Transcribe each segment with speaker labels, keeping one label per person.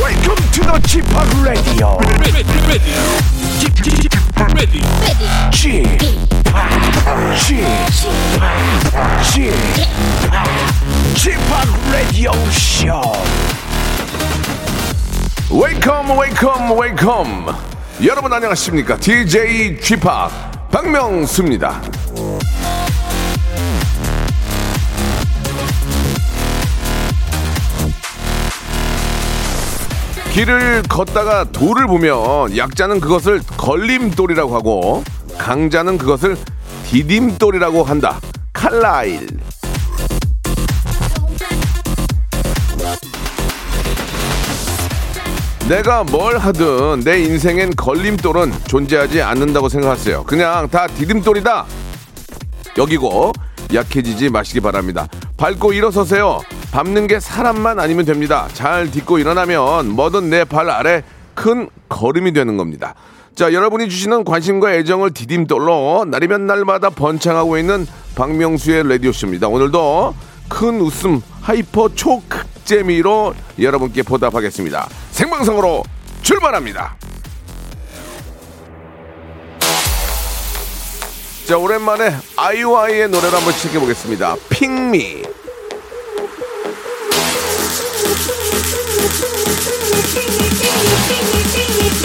Speaker 1: Welcome to the Chip Radio.
Speaker 2: ready, ready, ready, ready.
Speaker 1: Chip, Chip, Chip, Chip Radio Show.
Speaker 3: 웨이컴 웨이컴 웨이컴 여러분 안녕하십니까 DJ 쥐파 박명수입니다 길을 걷다가 돌을 보면 약자는 그것을 걸림돌이라고 하고 강자는 그것을 디딤돌이라고 한다 칼라일 내가 뭘 하든 내 인생엔 걸림돌은 존재하지 않는다고 생각하세요. 그냥 다 디딤돌이다. 여기고 약해지지 마시기 바랍니다. 밟고 일어서세요. 밟는 게 사람만 아니면 됩니다. 잘 딛고 일어나면 뭐든 내 발 아래 큰 걸음이 되는 겁니다. 자, 여러분이 주시는 관심과 애정을 디딤돌로 날이면 날마다 번창하고 있는 박명수의 라디오쇼입니다. 오늘도 큰 웃음 하이퍼 초극재미로 여러분께 보답하겠습니다. 생방송으로 출발합니다. 자 오랜만에 아이오아이의 노래를 한번 시작해 보겠습니다. 핑미.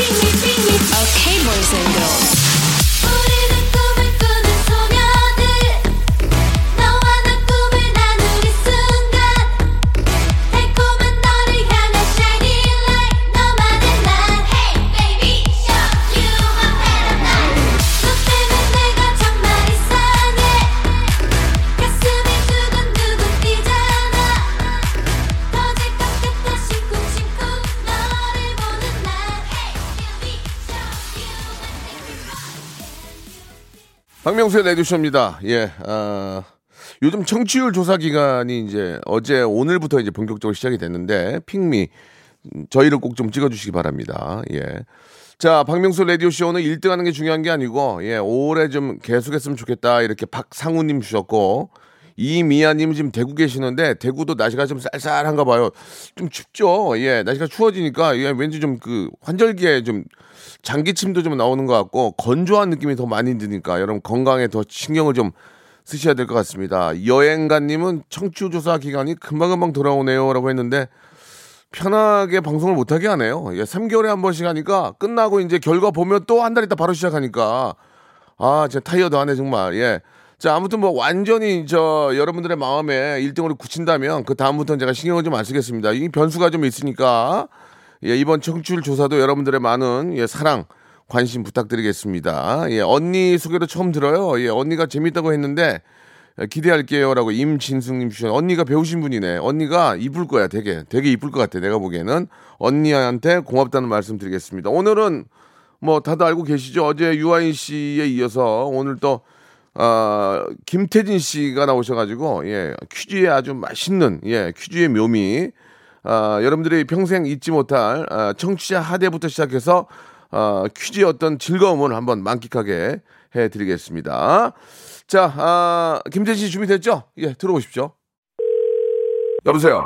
Speaker 4: Okay, boys and girls.
Speaker 5: 우리는 꿈을 꾸는 소녀들 너와 나 꿈을 나눌 이 순간 달콤한 너를 향한 shining light 너만의 난 Hey baby show you my paradise 너 때문에 내가 정말 이상해 가슴이 두근두근 뛰잖아 터질 것 같아 심쿵심쿵 너를 보는 난 Hey baby show you my paradise
Speaker 3: 박명수의 레디쇼입니다. 예, 아, 요즘 청취율 조사 기간이 이제 어제 오늘부터 이제 본격적으로 시작이 됐는데 핑미 음, 저희를 꼭 좀 찍어주시기 바랍니다. 예. 자, 박명수 라디오 쇼는 1등하는 게 중요한 게 아니고, 예, 올해 좀 계속했으면 좋겠다 이렇게 박상우님 주셨고, 이미아님 지금 대구 계시는데 대구도 날씨가 좀 쌀쌀한가 봐요. 좀 춥죠. 예, 날씨가 추워지니까 예, 왠지 좀 그 환절기에 좀 장기침도 좀 나오는 것 같고 건조한 느낌이 더 많이 드니까 여러분 건강에 더 신경을 좀 쓰셔야 될 것 같습니다. 여행가님은 청취 조사 기간이 금방금방 돌아오네요라고 했는데 편하게 방송을 못하게 하네요. 예, 3개월에 한 번씩 하니까 끝나고 이제 결과 보면 또 한 달 있다 바로 시작하니까 아, 제 타이어도 하네 정말. 예. 자, 아무튼 뭐 완전히 저 여러분들의 마음에 1등으로 굳힌다면 그 다음부터는 제가 신경을 좀 안 쓰겠습니다. 이 변수가 좀 있으니까 예, 이번 청취율 조사도 여러분들의 많은 예, 사랑 관심 부탁드리겠습니다. 예, 언니 소개로 처음 들어요. 예, 언니가 재밌다고 했는데 예, 기대할게요라고 임진숙님 주신 언니가 배우신 분이네. 언니가 이쁠 거야, 되게 되게 이쁠 것 같아. 내가 보기에는 언니한테 고맙다는 말씀드리겠습니다. 오늘은 뭐 다들 알고 계시죠? 어제 유아인 씨에 이어서 오늘 또 아, 김태진 씨가 나오셔가지고 예 퀴즈의 아주 맛있는 예 퀴즈의 묘미 아, 여러분들이 평생 잊지 못할 아, 청취자 하대부터 시작해서 아, 퀴즈의 어떤 즐거움을 한번 만끽하게 해드리겠습니다. 자, 아, 김태진 씨 준비됐죠? 예, 들어오십시오. 여보세요.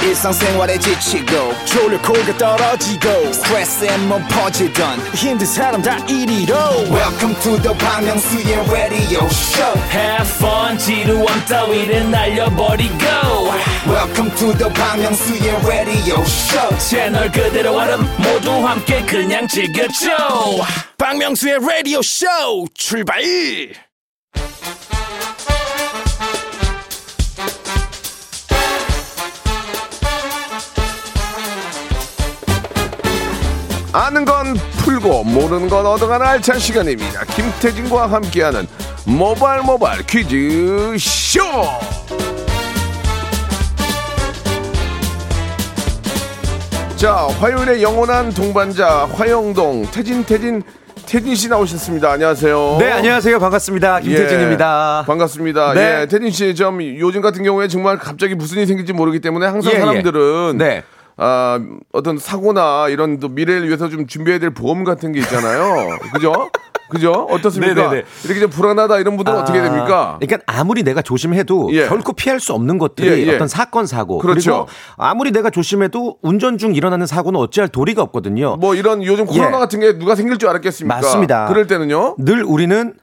Speaker 4: 일상생활에 지치고, 졸려 코가 떨어지고, 스트레스에 몸 퍼지던, 힘든 사람 다 이리로. welcome to the Bang Myung-soo's radio show
Speaker 6: Have fun 지루함 따위를 날려버리고
Speaker 4: welcome to the Bang Myung-soo's radio show
Speaker 6: 채널 그대로 얼음 모두 함께 그냥 즐겨줘
Speaker 1: 박명수의 라디오 쇼 출발!
Speaker 3: 아는 건 풀고 모르는 건 얻어가는 알찬 시간입니다. 김태진과 함께하는 모발 모발 퀴즈 쇼. 자, 화요일의 영원한 동반자 화영동 태진 태진 태진 씨 나오셨습니다. 안녕하세요.
Speaker 7: 네, 안녕하세요. 반갑습니다.
Speaker 3: 예,
Speaker 7: 김태진입니다.
Speaker 3: 반갑습니다.
Speaker 7: 네.
Speaker 3: 예, 태진 씨, 좀 요즘 같은 경우에 정말 갑자기 무슨 일이 생길지 모르기 때문에 항상
Speaker 7: 예, 예.
Speaker 3: 사람들은
Speaker 7: 네.
Speaker 3: 아, 어떤 사고나 이런 또 미래를 위해서 좀 준비해야 될 보험 같은 게 있잖아요. 그죠? 그죠? 어떻습니까?
Speaker 7: 네, 네, 네.
Speaker 3: 이렇게 좀 불안하다 이런 분들은 어떻게 됩니까?
Speaker 7: 그러니까 아무리 내가 조심해도
Speaker 3: 예.
Speaker 7: 결코 피할 수 없는 것들이
Speaker 3: 예, 예.
Speaker 7: 어떤 사건 사고
Speaker 3: 그렇죠.
Speaker 7: 리고 아무리 내가 조심해도 운전 중 일어나는 사고는 어찌할 도리가 없거든요.
Speaker 3: 뭐 이런 요즘 코로나
Speaker 7: 예.
Speaker 3: 같은 게 누가 생길 줄 알았겠습니까?
Speaker 7: 맞습니다.
Speaker 3: 그럴 때는요.
Speaker 7: 늘 우리는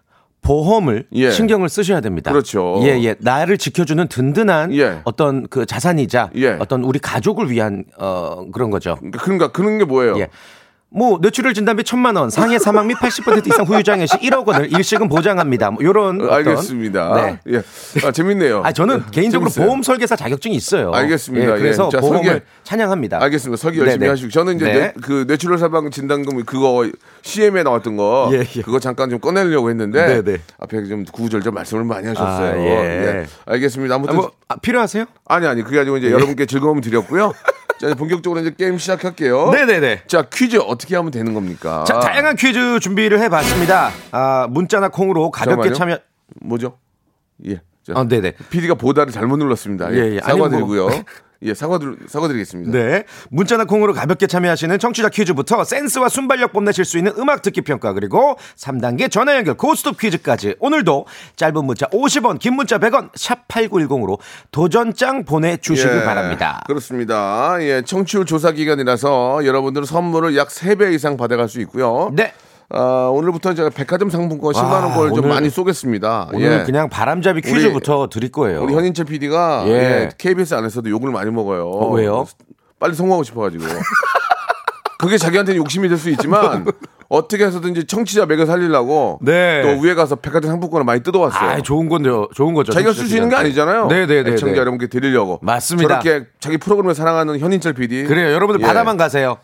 Speaker 7: 보험을
Speaker 3: 예.
Speaker 7: 신경을 쓰셔야 됩니다.
Speaker 3: 그렇죠.
Speaker 7: 예, 예. 나를 지켜주는 든든한
Speaker 3: 예.
Speaker 7: 어떤 그 자산이자
Speaker 3: 예.
Speaker 7: 어떤 우리 가족을 위한 어 그런 거죠.
Speaker 3: 그러니까 그런가 그런 게 뭐예요?
Speaker 7: 예. 뭐 뇌출혈 진단비 천만 원, 상해 사망 및 80% 이상 후유장애 시 1억 원을 일시금 보장합니다. 뭐 이런
Speaker 3: 어,
Speaker 7: 어떤
Speaker 3: 알겠습니다.
Speaker 7: 네.
Speaker 3: 예. 아, 재밌네요.
Speaker 7: 아 저는 개인적으로
Speaker 3: 재밌어요.
Speaker 7: 보험 설계사 자격증이 있어요.
Speaker 3: 알겠습니다.
Speaker 7: 예, 그래서
Speaker 3: 예. 자,
Speaker 7: 보험을
Speaker 3: 설계.
Speaker 7: 찬양합니다.
Speaker 3: 알겠습니다. 설계 열심히
Speaker 7: 네네.
Speaker 3: 하시고 저는 이제
Speaker 7: 네.
Speaker 3: 뇌- 그 뇌출혈 사망 진단금 그거 CM에 나왔던 거
Speaker 7: 예, 예.
Speaker 3: 그거 잠깐 좀 꺼내려고 했는데
Speaker 7: 네네.
Speaker 3: 앞에 좀 구구절절 말씀을 많이 하셨어요.
Speaker 7: 아,
Speaker 3: 예.
Speaker 7: 예.
Speaker 3: 알겠습니다.
Speaker 7: 아,
Speaker 3: 아무튼
Speaker 7: 뭐 아, 필요하세요?
Speaker 3: 아니 아니 그게 아니고
Speaker 7: 예.
Speaker 3: 이제 여러분께 즐거움 드렸고요. 자 이제 본격적으로 이제 게임 시작할게요.
Speaker 7: 네네네.
Speaker 3: 자 퀴즈 어떻게 하면 되는 겁니까?
Speaker 7: 자, 다양한 퀴즈 준비를 해봤습니다. 아, 문자나 콩으로 가볍게
Speaker 3: 잠깐만요.
Speaker 7: 참여.
Speaker 3: 뭐죠? 예. 자,
Speaker 7: 아, 네네.
Speaker 3: PD가 보다를 잘못 눌렀습니다. 예,
Speaker 7: 예, 예. 아니,
Speaker 3: 사과드리고요.
Speaker 7: 뭐.
Speaker 3: 예, 사과드 사과드리겠습니다.
Speaker 7: 네. 문자나 콩으로 가볍게 참여하시는 청취자 퀴즈부터 센스와 순발력 뽐내실 수 있는 음악 듣기 평가 그리고 3단계 전화 연결 고스톱 퀴즈까지 오늘도 짧은 문자 50원, 긴 문자 100원, 샵 8910으로 도전장 보내주시길
Speaker 3: 예,
Speaker 7: 바랍니다.
Speaker 3: 그렇습니다. 예, 청취율 조사 기간이라서 여러분들은 선물을 약 3배 이상 받아갈 수 있고요.
Speaker 7: 네.
Speaker 3: 아, 오늘부터 제가 백화점 상품권 10만 원 걸 좀
Speaker 7: 오늘-
Speaker 3: 많이 쏘겠습니다.
Speaker 7: 오늘
Speaker 3: 예.
Speaker 7: 그냥 바람잡이
Speaker 3: 우리-
Speaker 7: 퀴즈부터 드릴 거예요.
Speaker 3: 우리 현인철 PD가
Speaker 7: 예.
Speaker 3: KBS 안에서도 욕을 많이 먹어요.
Speaker 7: 어, 왜요?
Speaker 3: 빨리 성공하고 싶어가지고. 그게 자기한테는 욕심이 될 수 있지만 어떻게 해서든지 청취자 맥을 살리려고
Speaker 7: 네.
Speaker 3: 또 위에 가서 백화점 상품권을 많이 뜯어왔어요.
Speaker 7: 아, 좋은 건데요. 좋은
Speaker 3: 그렇죠.
Speaker 7: 거죠.
Speaker 3: 자기가 쓸 수 있는 게 아니잖아요.
Speaker 7: 네네네.
Speaker 3: 애청자 여러분께 드리려고.
Speaker 7: 맞습니다.
Speaker 3: 저렇게 자기 프로그램을 사랑하는 현인철 PD.
Speaker 7: 그래요. 여러분들
Speaker 3: 예.
Speaker 7: 바다만 가세요.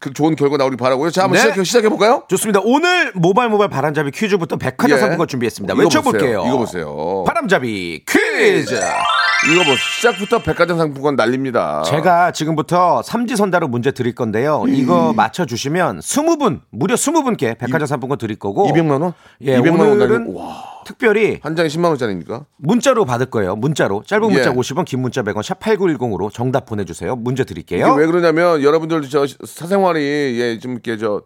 Speaker 3: 그 좋은 결과 나오길 바라고요. 자, 한번
Speaker 7: 네.
Speaker 3: 시작해, 시작해볼까요?
Speaker 7: 좋습니다. 오늘 모발 모발 바람잡이 퀴즈부터 백화점
Speaker 3: 예.
Speaker 7: 상품권 준비했습니다.
Speaker 3: 이거
Speaker 7: 외쳐볼게요.
Speaker 3: 보세요. 어. 이거 보세요.
Speaker 7: 바람잡이 퀴즈.
Speaker 3: 이거 뭐 시작부터 백화점 상품권 날립니다.
Speaker 7: 제가 지금부터 삼지선다로 문제 드릴 건데요.
Speaker 3: 음.
Speaker 7: 이거 맞춰주시면 20분, 무려 20분께 백화점 상품권 드릴 거고.
Speaker 3: 200만 원?
Speaker 7: 예,
Speaker 3: 200만 원
Speaker 7: 오늘은
Speaker 3: 날리고 와.
Speaker 7: 특별히
Speaker 3: 한 장에 10만 원짜리입니까?
Speaker 7: 문자로 받을 거예요. 문자로. 짧은 문자
Speaker 3: 예.
Speaker 7: 50원, 긴 문자 100원, 샵8910으로 정답 보내주세요. 문제
Speaker 3: 이게
Speaker 7: 드릴게요.
Speaker 3: 왜 그러냐면 여러분들 저 사생활이 예, 좀 이렇게 저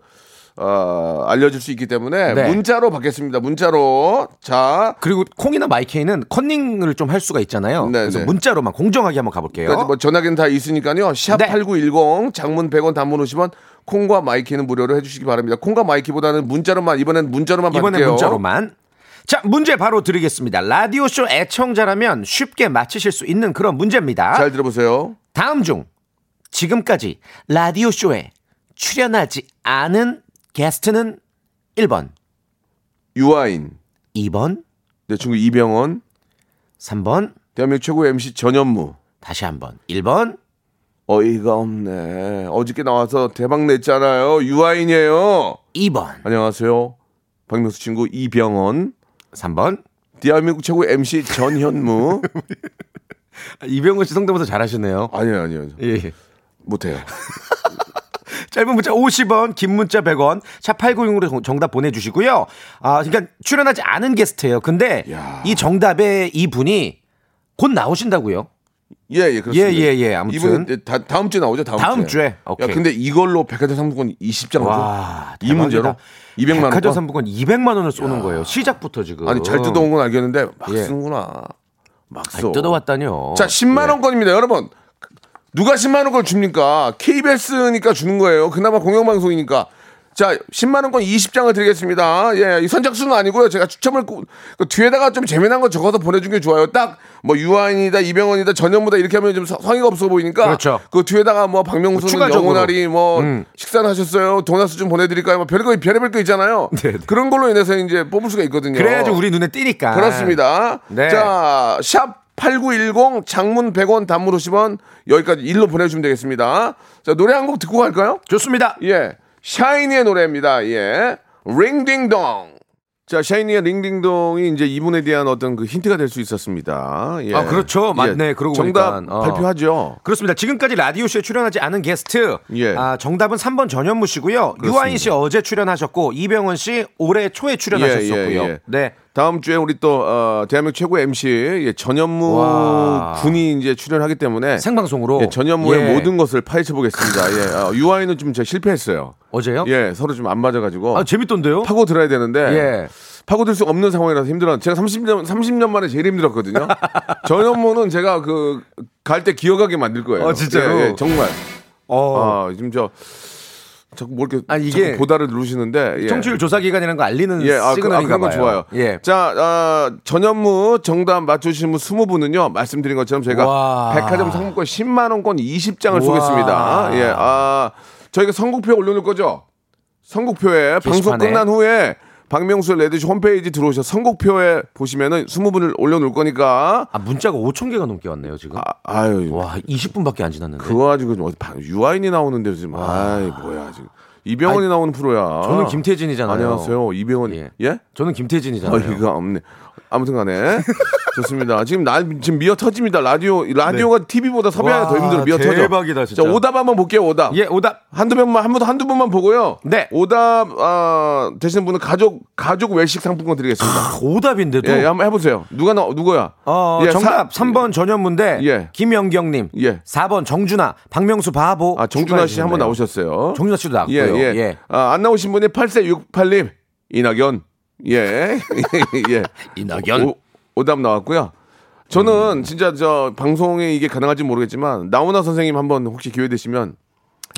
Speaker 3: 어, 알려질 수 있기 때문에
Speaker 7: 네.
Speaker 3: 문자로 받겠습니다. 문자로 자
Speaker 7: 그리고 콩이나 마이케이는 컨닝을 좀 할 수가 있잖아요.
Speaker 3: 네,
Speaker 7: 그래서
Speaker 3: 네.
Speaker 7: 문자로만 공정하게 한번 가볼게요.
Speaker 3: 그러니까 뭐 전화기는 다 있으니까요.
Speaker 7: 네.
Speaker 3: 샵8910 장문 100원 단문 50원 콩과 마이키는 무료로 해주시기 바랍니다. 콩과 마이키보다는 문자로만 이번엔 문자로만
Speaker 7: 이번에
Speaker 3: 받을게요.
Speaker 7: 문자로만. 자, 문제 바로 드리겠습니다. 라디오쇼 애청자라면 쉽게 맞히실 수 있는 그런 문제입니다.
Speaker 3: 잘 들어보세요.
Speaker 7: 다음 중 지금까지 라디오쇼에 출연하지 않은 게스트는 1번,
Speaker 3: 유아인
Speaker 7: 2번,
Speaker 3: 내 친구 이병헌
Speaker 7: 3번,
Speaker 3: 대한민국 최고 의 MC 전현무
Speaker 7: 다시 한번 1번.
Speaker 3: 어이가 없네. 어저께 나와서 대박 냈잖아요. 유아인이에요.
Speaker 7: 2번,
Speaker 3: 안녕하세요. 박명수 친구 이병헌
Speaker 7: 3번.
Speaker 3: 대한민국 최고 의 MC 전현무
Speaker 7: 아, 이병헌 씨 성대모사 잘하시네요.
Speaker 3: 아니요 아니요
Speaker 7: 예.
Speaker 3: 못해요
Speaker 7: 짧은 문자 50원, 긴 문자 100원, 샵8910으로 정답 보내주시고요. 아, 그러니까 출연하지 않은 게스트예요. 근데
Speaker 3: 야.
Speaker 7: 이 정답에 이분이 곧 나오신다고요.
Speaker 3: 예예 그렇습니다
Speaker 7: 예, 예, 예. 아무튼.
Speaker 3: 이분 다, 다음 주에 나오죠 다음,
Speaker 7: 다음 주에.
Speaker 3: 야
Speaker 7: 오케이.
Speaker 3: 근데 이걸로 백화점 상품권 20장
Speaker 7: 와,
Speaker 3: 이 문제로 200만 원
Speaker 7: 백화점 상품권 200만 원을 쏘는 거예요. 시작부터 지금.
Speaker 3: 아니 잘 뜯어온 건 알겠는데 막
Speaker 7: 예.
Speaker 3: 쓰는구나 막 써.
Speaker 7: 아니, 뜯어왔다뇨.
Speaker 3: 자 10만 원권입니다 여러분 누가 10만 원권 줍니까? KBS니까 주는 거예요. 그나마 공영방송이니까. 자, 10만 원권 20장을 드리겠습니다. 예, 이 선착순은 아니고요. 제가 추첨을 꾸- 그 뒤에다가 좀 재미난 거 적어서 보내준 게 좋아요. 딱 뭐 유아인이다, 이병헌이다, 전현무다 이렇게 하면 좀 서- 성의가 없어 보이니까.
Speaker 7: 그렇죠.
Speaker 3: 그 뒤에다가 뭐 박명수는
Speaker 7: 추가적으로.
Speaker 3: 영원하리 뭐
Speaker 7: 음.
Speaker 3: 식사는 하셨어요, 도넛 좀 보내드릴까요? 뭐 별거 별의별 거 있잖아요.
Speaker 7: 네, 네.
Speaker 3: 그런 걸로 인해서 이제 뽑을 수가 있거든요.
Speaker 7: 그래야지 우리 눈에 띄니까.
Speaker 3: 그렇습니다.
Speaker 7: 아, 네.
Speaker 3: 자, 샵 8910 장문 100원 단문 50원 여기까지 일로 보내주시면 되겠습니다. 자, 노래 한 곡 듣고 갈까요?
Speaker 7: 좋습니다.
Speaker 3: 예. 샤이니의 노래입니다. 예. 링딩동. 자, 샤이니의 링딩동이 이제 이분에 대한 어떤 그 힌트가 될 수 있었습니다. 예.
Speaker 7: 아, 그렇죠. 맞네. 그러고
Speaker 3: 정답
Speaker 7: 보니까. 어.
Speaker 3: 발표하죠.
Speaker 7: 그렇습니다. 지금까지 라디오쇼에 출연하지 않은 게스트.
Speaker 3: 예.
Speaker 7: 아, 정답은 3번 전현무 씨고요. 유아인 씨 어제 출연하셨고 이병헌 씨 올해 초에 출연하셨었고요.
Speaker 3: 예, 예, 예.
Speaker 7: 네.
Speaker 3: 다음 주에 우리 또 어, 대한민국 최고 MC 예, 전현무
Speaker 7: 와.
Speaker 3: 군이 이제 출연하기 때문에
Speaker 7: 생방송으로.
Speaker 3: 예, 전현무의
Speaker 7: 예.
Speaker 3: 모든 것을 파헤쳐 보겠습니다. 예, 어, 유아인은 좀 제가 실패했어요.
Speaker 7: 어제요?
Speaker 3: 예, 서로 좀 안 맞아가지고
Speaker 7: 아, 재밌던데요?
Speaker 3: 파고 들어야 되는데
Speaker 7: 예.
Speaker 3: 파고들 수 없는 상황이라서 힘들어. 제가 30년 30년 만에 제일 힘들었거든요. 전현무는 제가 그 갈 때 기억하게 만들 거예요.
Speaker 7: 어, 진짜로?
Speaker 3: 예, 예, 정말.
Speaker 7: 어.
Speaker 3: 아, 지금 저 자꾸 뭘 이렇게
Speaker 7: 아, 이게
Speaker 3: 자꾸 보다를 누르시는데 예.
Speaker 7: 청취율 조사 기간이라는 거 알리는
Speaker 3: 예, 아, 그, 아,
Speaker 7: 시그널인가
Speaker 3: 그런 건
Speaker 7: 봐요.
Speaker 3: 좋아요.
Speaker 7: 예.
Speaker 3: 자, 아, 전현무 정답 맞추신 분 20분은요, 말씀드린 것처럼 저희가
Speaker 7: 와.
Speaker 3: 백화점 상품권 10만원권 20장을
Speaker 7: 아. 우와.
Speaker 3: 쏘겠습니다. 예, 아, 저희가 선곡표에 올려놓을 거죠? 선곡표에 방송
Speaker 7: 게시판에.
Speaker 3: 끝난 후에 박명수 레드시 홈페이지 들어오셔 서 선곡표에 보시면은 20분을 올려놓을 거니까.
Speaker 7: 아, 문자가 5천 개가 넘게 왔네요, 지금.
Speaker 3: 아, 유
Speaker 7: 와, 20분밖에 안 지났는데.
Speaker 3: 그거 가지고 지금 어디 방- 유아인이 나오는데 지금, 아이, 뭐야, 지금. 이병헌이 나오는 프로야.
Speaker 7: 저는 김태진이잖아요.
Speaker 3: 안녕하세요. 이병헌.
Speaker 7: 예.
Speaker 3: 예?
Speaker 7: 저는 김태진이잖아요.
Speaker 3: 어이가 없네. 아무튼간에 좋습니다. 지금 나 지금 미어 터집니다. 라디오 라디오가 TV보다 섭외하기 더
Speaker 7: 네. 와,
Speaker 3: 힘들어 미어 터져.
Speaker 7: 대박이다, 진짜.
Speaker 3: 자, 오답 한번 볼게요. 오답.
Speaker 7: 예, 오답.
Speaker 3: 한두 번만 한번 한두 번만 보고요.
Speaker 7: 네.
Speaker 3: 오답 아, 되시는 분은 가족 가족 외식 상품권 드리겠습니다.
Speaker 7: 아, 오답인데도.
Speaker 3: 예, 예, 한번 해보세요. 누가 나 누구야?
Speaker 7: 어,
Speaker 3: 예,
Speaker 7: 정답
Speaker 3: 사-
Speaker 7: 3번 전현무인데
Speaker 3: 예.
Speaker 7: 김영경님
Speaker 3: 예.
Speaker 7: 4번 정준하 박명수 바보
Speaker 3: 아 정준하 씨
Speaker 7: 추가해주셨네요.
Speaker 3: 한번 나오셨어요.
Speaker 7: 정준하 씨도 나왔고요
Speaker 3: 예, 예.
Speaker 7: 예.
Speaker 3: 아, 안 나오신 분이 8468님 이낙연. 예. 예.
Speaker 7: 이낙연.
Speaker 3: 오, 오답 나왔고요. 저는 진짜 저 방송에 이게 가능할지 모르겠지만 나훈아 선생님 한번 혹시 기회 되시면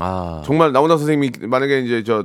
Speaker 7: 아,
Speaker 3: 정말 나훈아 선생님이 만약에 이제 저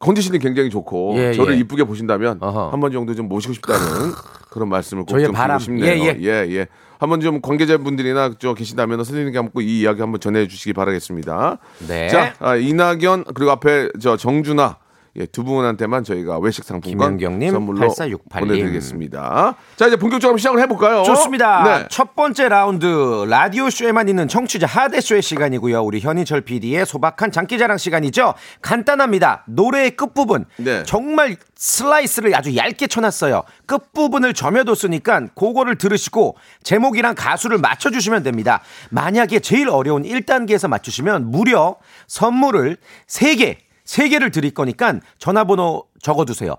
Speaker 3: 컨디션이 굉장히 좋고
Speaker 7: 예,
Speaker 3: 저를
Speaker 7: 예.
Speaker 3: 이쁘게 보신다면
Speaker 7: 어허.
Speaker 3: 한 번 정도 좀 모시고 싶다는 그런 말씀을
Speaker 7: 저희의
Speaker 3: 꼭좀 드리고
Speaker 7: 바람.
Speaker 3: 싶네요.
Speaker 7: 예, 예.
Speaker 3: 예. 한번 좀 관계자분들이나 저 계신다면 선생님께 한번 꼭이 이야기 한번 전해 주시기 바라겠습니다.
Speaker 7: 네.
Speaker 3: 자, 아, 이낙연 그리고 앞에 저 정준하 예, 두 분한테만 저희가 외식 상품권
Speaker 7: 김연경님,
Speaker 3: 선물로
Speaker 7: 8468 님.
Speaker 3: 보내드리겠습니다. 자, 이제 본격적으로 시작을 해볼까요?
Speaker 7: 좋습니다.
Speaker 3: 네.
Speaker 7: 첫 번째 라운드 라디오 쇼에만 있는 청취자 하대 쇼의 시간이고요. 우리 현인철 PD의 소박한 장기자랑 시간이죠. 간단합니다. 노래의 끝부분
Speaker 3: 네.
Speaker 7: 정말 슬라이스를 아주 얇게 쳐놨어요. 끝부분을 점여뒀으니까 그거를 들으시고 제목이랑 가수를 맞춰주시면 됩니다. 만약에 제일 어려운 1단계에서 맞추시면 무려 선물을 3개 3개를 드릴 거니까 전화번호 적어두세요.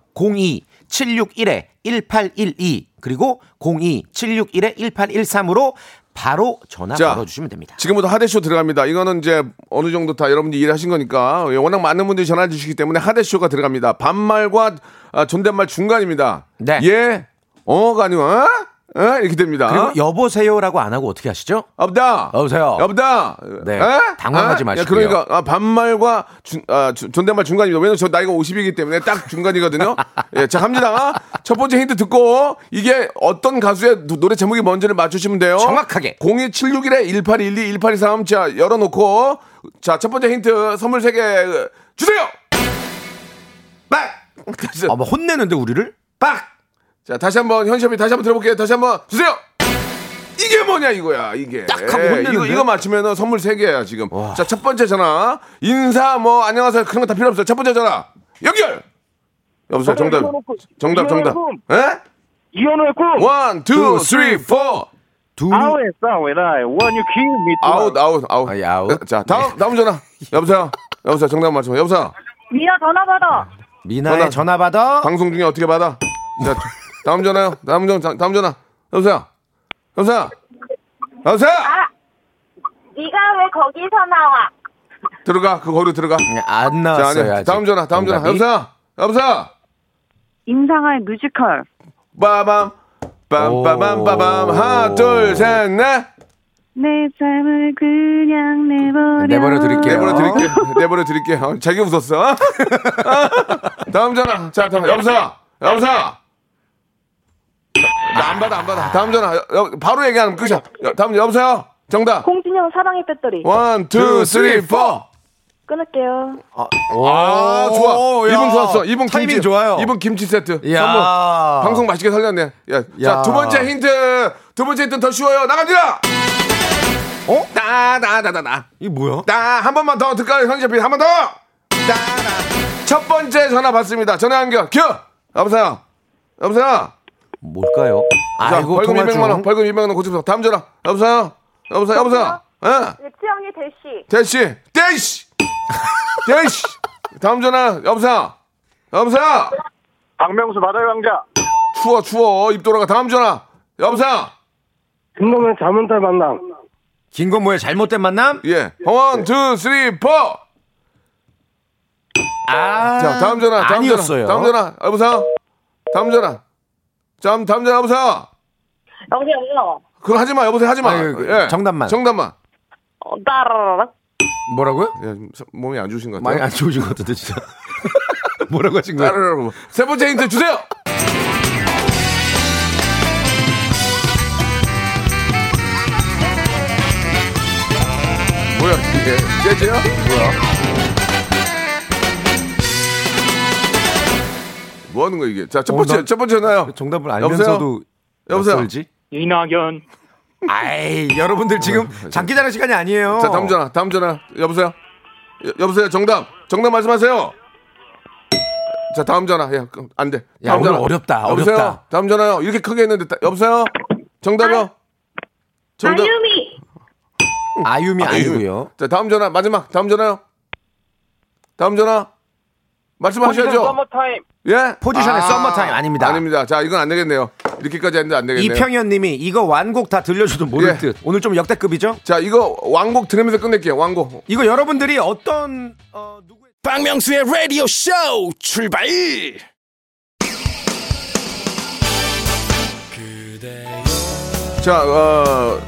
Speaker 7: 02761-1812 그리고 02761-1813으로 바로 전화
Speaker 3: 자.
Speaker 7: 걸어주시면 됩니다.
Speaker 3: 지금부터 하대쇼 들어갑니다. 이거는 이제 어느 정도 다 여러분들이 일하신 거니까 예, 워낙 많은 분들이 전화 주시기 때문에 하대쇼가 들어갑니다. 반말과 아, 존댓말 중간입니다.
Speaker 7: 네.
Speaker 3: 예, 어가 아니고 어? 어? 이렇게 됩니다.
Speaker 7: 그리고 여보세요라고 안 하고 어떻게 하시죠?
Speaker 3: 여보다.
Speaker 7: 여보세요?
Speaker 3: 여보다.
Speaker 7: 네,
Speaker 3: 에? 에?
Speaker 7: 당황하지 마시고요.
Speaker 3: 그러니까 아, 반말과 준- 아, 주- 존댓말 중간입니다. 왜냐면 저 나이가 50이기 때문에 딱 중간이거든요. 예, 자 갑니다. 첫 번째 힌트 듣고 이게 어떤 가수의 노- 노래 제목이 뭔지를 맞추시면 돼요.
Speaker 7: 정확하게.
Speaker 3: 02761에 1812, 1823. 자 열어놓고 자 첫 번째 힌트 선물 세 개 주세요. 네! 빡.
Speaker 7: 어,
Speaker 3: 다시-
Speaker 7: 아마 뭐 혼내는데 우리를?
Speaker 3: 빡. 자 다시 한번 현시이 다시 한번 들어볼게요. 다시 한번 주세요. 이게 뭐냐 이거야 이게. 예,
Speaker 7: 딱 하고 혼내는데?
Speaker 3: 이거 이거 맞히면은 선물 세 개야 지금. 자 첫 번째 전화 인사 뭐 안녕하세요 그런 거 다 필요 없어요. 첫 번째 전화 연결. 여보세요 정답 정답 정답. 예?
Speaker 8: 이혼의 꿈.
Speaker 3: 원, 투, 쓰리, 포.
Speaker 7: 두
Speaker 8: 아우의 싸웨라이 원유 키미
Speaker 3: 아웃 아웃 아웃.
Speaker 7: 아, 예, 아웃.
Speaker 3: 자 다음 다음 전화. 여보세요. 여보세요 정답 맞춰. 여보세요.
Speaker 8: 미야 전화받아.
Speaker 7: 미나의 전화 받아.
Speaker 3: 방송 중에 어떻게 받아? 자, 다음 전화요. 다음 전화, 다음 전화. 여보세요. 여보세요. 여보세요.
Speaker 5: 네가 왜 거기서 나와?
Speaker 3: 들어가. 그 거기로 들어가.
Speaker 7: 네, 안
Speaker 3: 자, 아니,
Speaker 7: 나왔어요. 아직. 네,
Speaker 3: 다음 전화. 다음 전화.
Speaker 7: 정답이?
Speaker 3: 여보세요. 여보세요.
Speaker 8: 임상아의 뮤지컬.
Speaker 3: 빠밤. 빰빠밤 빠밤. 하나, 둘, 셋, 넷.
Speaker 8: 내 삶을 그냥 내버려.
Speaker 7: 네, 내버려 드릴게요.
Speaker 3: 내버려 드릴게요.
Speaker 7: 어?
Speaker 3: 내버려 드릴게요. 자기 웃었어. 다음 전화. 자, 다음 여보세요. 여보세요. 나안 받아, 안 받아. 다음 전화. 여- 바로 얘기하면 끝이야. 여- 다음 여보세요. 정답.
Speaker 5: 공진영 사랑의 배터리.
Speaker 3: 원, 투, 쓰리, 포.
Speaker 5: 끊을게요.
Speaker 3: 아, 좋아.
Speaker 7: 오, 야.
Speaker 3: 이분 좋았어. 이분
Speaker 7: 타이밍
Speaker 3: 김치
Speaker 7: 좋아요.
Speaker 3: 이분 김치 세트.
Speaker 7: 이야.
Speaker 3: 선물. 방송 맛있게 살렸네. 야. 자,
Speaker 7: 야.
Speaker 3: 두 번째 힌트. 두 번째 힌트 더 쉬워요. 나갑니다. 어? 나나나나나.
Speaker 7: 이 뭐야?
Speaker 3: 나한 번만 더 듣까요, 현재 씨? 한번 더. 나나. 첫 번째 전화 받습니다. 전화 연결. 큐. 여보세요. 여보세요.
Speaker 7: 뭘까요?
Speaker 3: 자,
Speaker 7: 아이고
Speaker 3: 벌금
Speaker 7: 통화
Speaker 3: 200만 원.
Speaker 7: 중.
Speaker 3: 벌금 200만 원 고쳐서 다음 전화. 여보세요. 여보세요. 여보세요. 예.
Speaker 5: 립지영이 어? 대시.
Speaker 3: 대시. 대시. 대시. 다음 전화. 여보세요. 여보세요.
Speaker 8: 박명수 바다의 왕자.
Speaker 3: 추워 추워 입 돌아가 다음 전화 여보세요
Speaker 8: 김동현 자문탈 만남.
Speaker 7: 김건모의 잘못된 만남?
Speaker 3: 예 원, 투, 쓰리, 포!
Speaker 7: 아.
Speaker 3: 자, 다음 전화, 다음 전화,
Speaker 7: 아니었어요.
Speaker 3: 다음 전화, 여보세요? 다음 전화, 다음, 다음 전화, 여보세요?
Speaker 5: 여보세요.
Speaker 3: 그거 하지 마, 여보세요, 하지 마. 예.
Speaker 7: 아니, 그, 정답만.
Speaker 3: 정답만.
Speaker 5: 어, 따라라라.
Speaker 7: 뭐라고요?
Speaker 3: 예, 서- 몸이 안 좋으신 것 같아요.
Speaker 7: 많이 안 좋으신 것 같은데 진짜. 뭐라고 하신 거예요?
Speaker 3: 따르르르. 세 번째 힌트 주세요! 뭐야, 이게? 재즈야? 뭐야? 뭐 하는 거야, 이게? 자, 첫
Speaker 7: 어,
Speaker 3: 번째,
Speaker 7: 나-
Speaker 3: 첫 번째 나요.
Speaker 7: 정답을
Speaker 3: 여보세요?
Speaker 7: 알면서도
Speaker 3: 여보세요?
Speaker 7: 낯설지?
Speaker 8: 이낙연.
Speaker 7: 아이 여러분들 지금 장기자랑 시간이 아니에요.
Speaker 3: 네, 자, 다음 전화, 다음 전화. 여보세요? 여, 여보세요? 정답. 정답 말씀하세요. 자, 다음 전화. 야, 그럼 안 돼.
Speaker 7: 야,
Speaker 3: 다음
Speaker 7: 오늘
Speaker 3: 전화.
Speaker 7: 어렵다,
Speaker 3: 여보세요?
Speaker 7: 어렵다.
Speaker 3: 다음 전화요. 이렇게 크게 했는데 따- 여보세요? 정답이요? 정답.
Speaker 5: 안유미.
Speaker 7: 아유미 아니고요.
Speaker 3: 자, 다음 전화 마지막. 다음 전화요. 다음 전화. 말씀하셔야죠.
Speaker 8: 서머타임.
Speaker 3: 예?
Speaker 7: 포지션의 썸머타임 아닙니다.
Speaker 3: 아닙니다. 자, 이건 안 되겠네요. 이렇게까지 했는데 안 되겠네요.
Speaker 7: 이평현님이 이거 완곡 다 들려줘도 모를
Speaker 3: 예.
Speaker 7: 듯. 오늘 좀 역대급이죠?
Speaker 3: 자, 이거 왕곡 들으면서 끝낼게요. 왕곡.
Speaker 7: 이거 여러분들이 어떤 어, 누구의
Speaker 1: 박명수의 라디오 쇼 출발!
Speaker 3: 자, 어,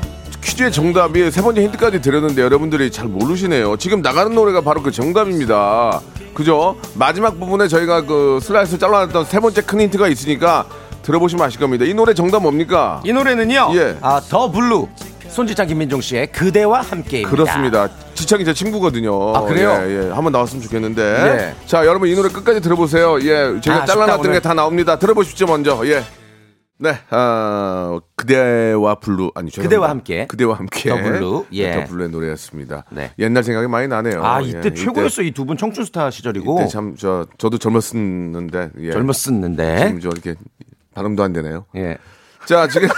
Speaker 3: 퀴즈의 정답이 세 번째 힌트까지 드렸는데 여러분들이 잘 모르시네요. 지금 나가는 노래가 바로 그 정답입니다. 그죠? 마지막 부분에 저희가 그 슬라이스 잘라놨던 세 번째 큰 힌트가 있으니까 들어보시면 아실 겁니다. 이 노래 정답 뭡니까?
Speaker 7: 이 노래는요.
Speaker 3: 예.
Speaker 7: 아, 더 블루. 손지창 김민종 씨의 그대와 함께입니다.
Speaker 3: 그렇습니다. 지창이 제 친구거든요.
Speaker 7: 아, 그래요?
Speaker 3: 예, 예. 한번 나왔으면 좋겠는데.
Speaker 7: 예.
Speaker 3: 자, 여러분 이 노래 끝까지 들어보세요. 예, 제가
Speaker 7: 아,
Speaker 3: 잘라놨던
Speaker 7: 아쉽다,
Speaker 3: 게 다 나옵니다. 들어보십시오, 먼저. 예. 네, 아, 그대와 블루 아니죠?
Speaker 7: 그대와 함께.
Speaker 3: 그대와 함께.
Speaker 7: 더 블루, 예.
Speaker 3: 더 블루의 노래였습니다.
Speaker 7: 네.
Speaker 3: 옛날 생각이 많이 나네요.
Speaker 7: 아,
Speaker 3: 예,
Speaker 7: 이때 최고였어. 이 두 분 청춘스타
Speaker 3: 이때,
Speaker 7: 시절이고.
Speaker 3: 이때 참 저, 저도 젊었었는데. 예.
Speaker 7: 젊었었는데.
Speaker 3: 지금 저 이렇게 발음도 안 되네요.
Speaker 7: 예.
Speaker 3: 자 지금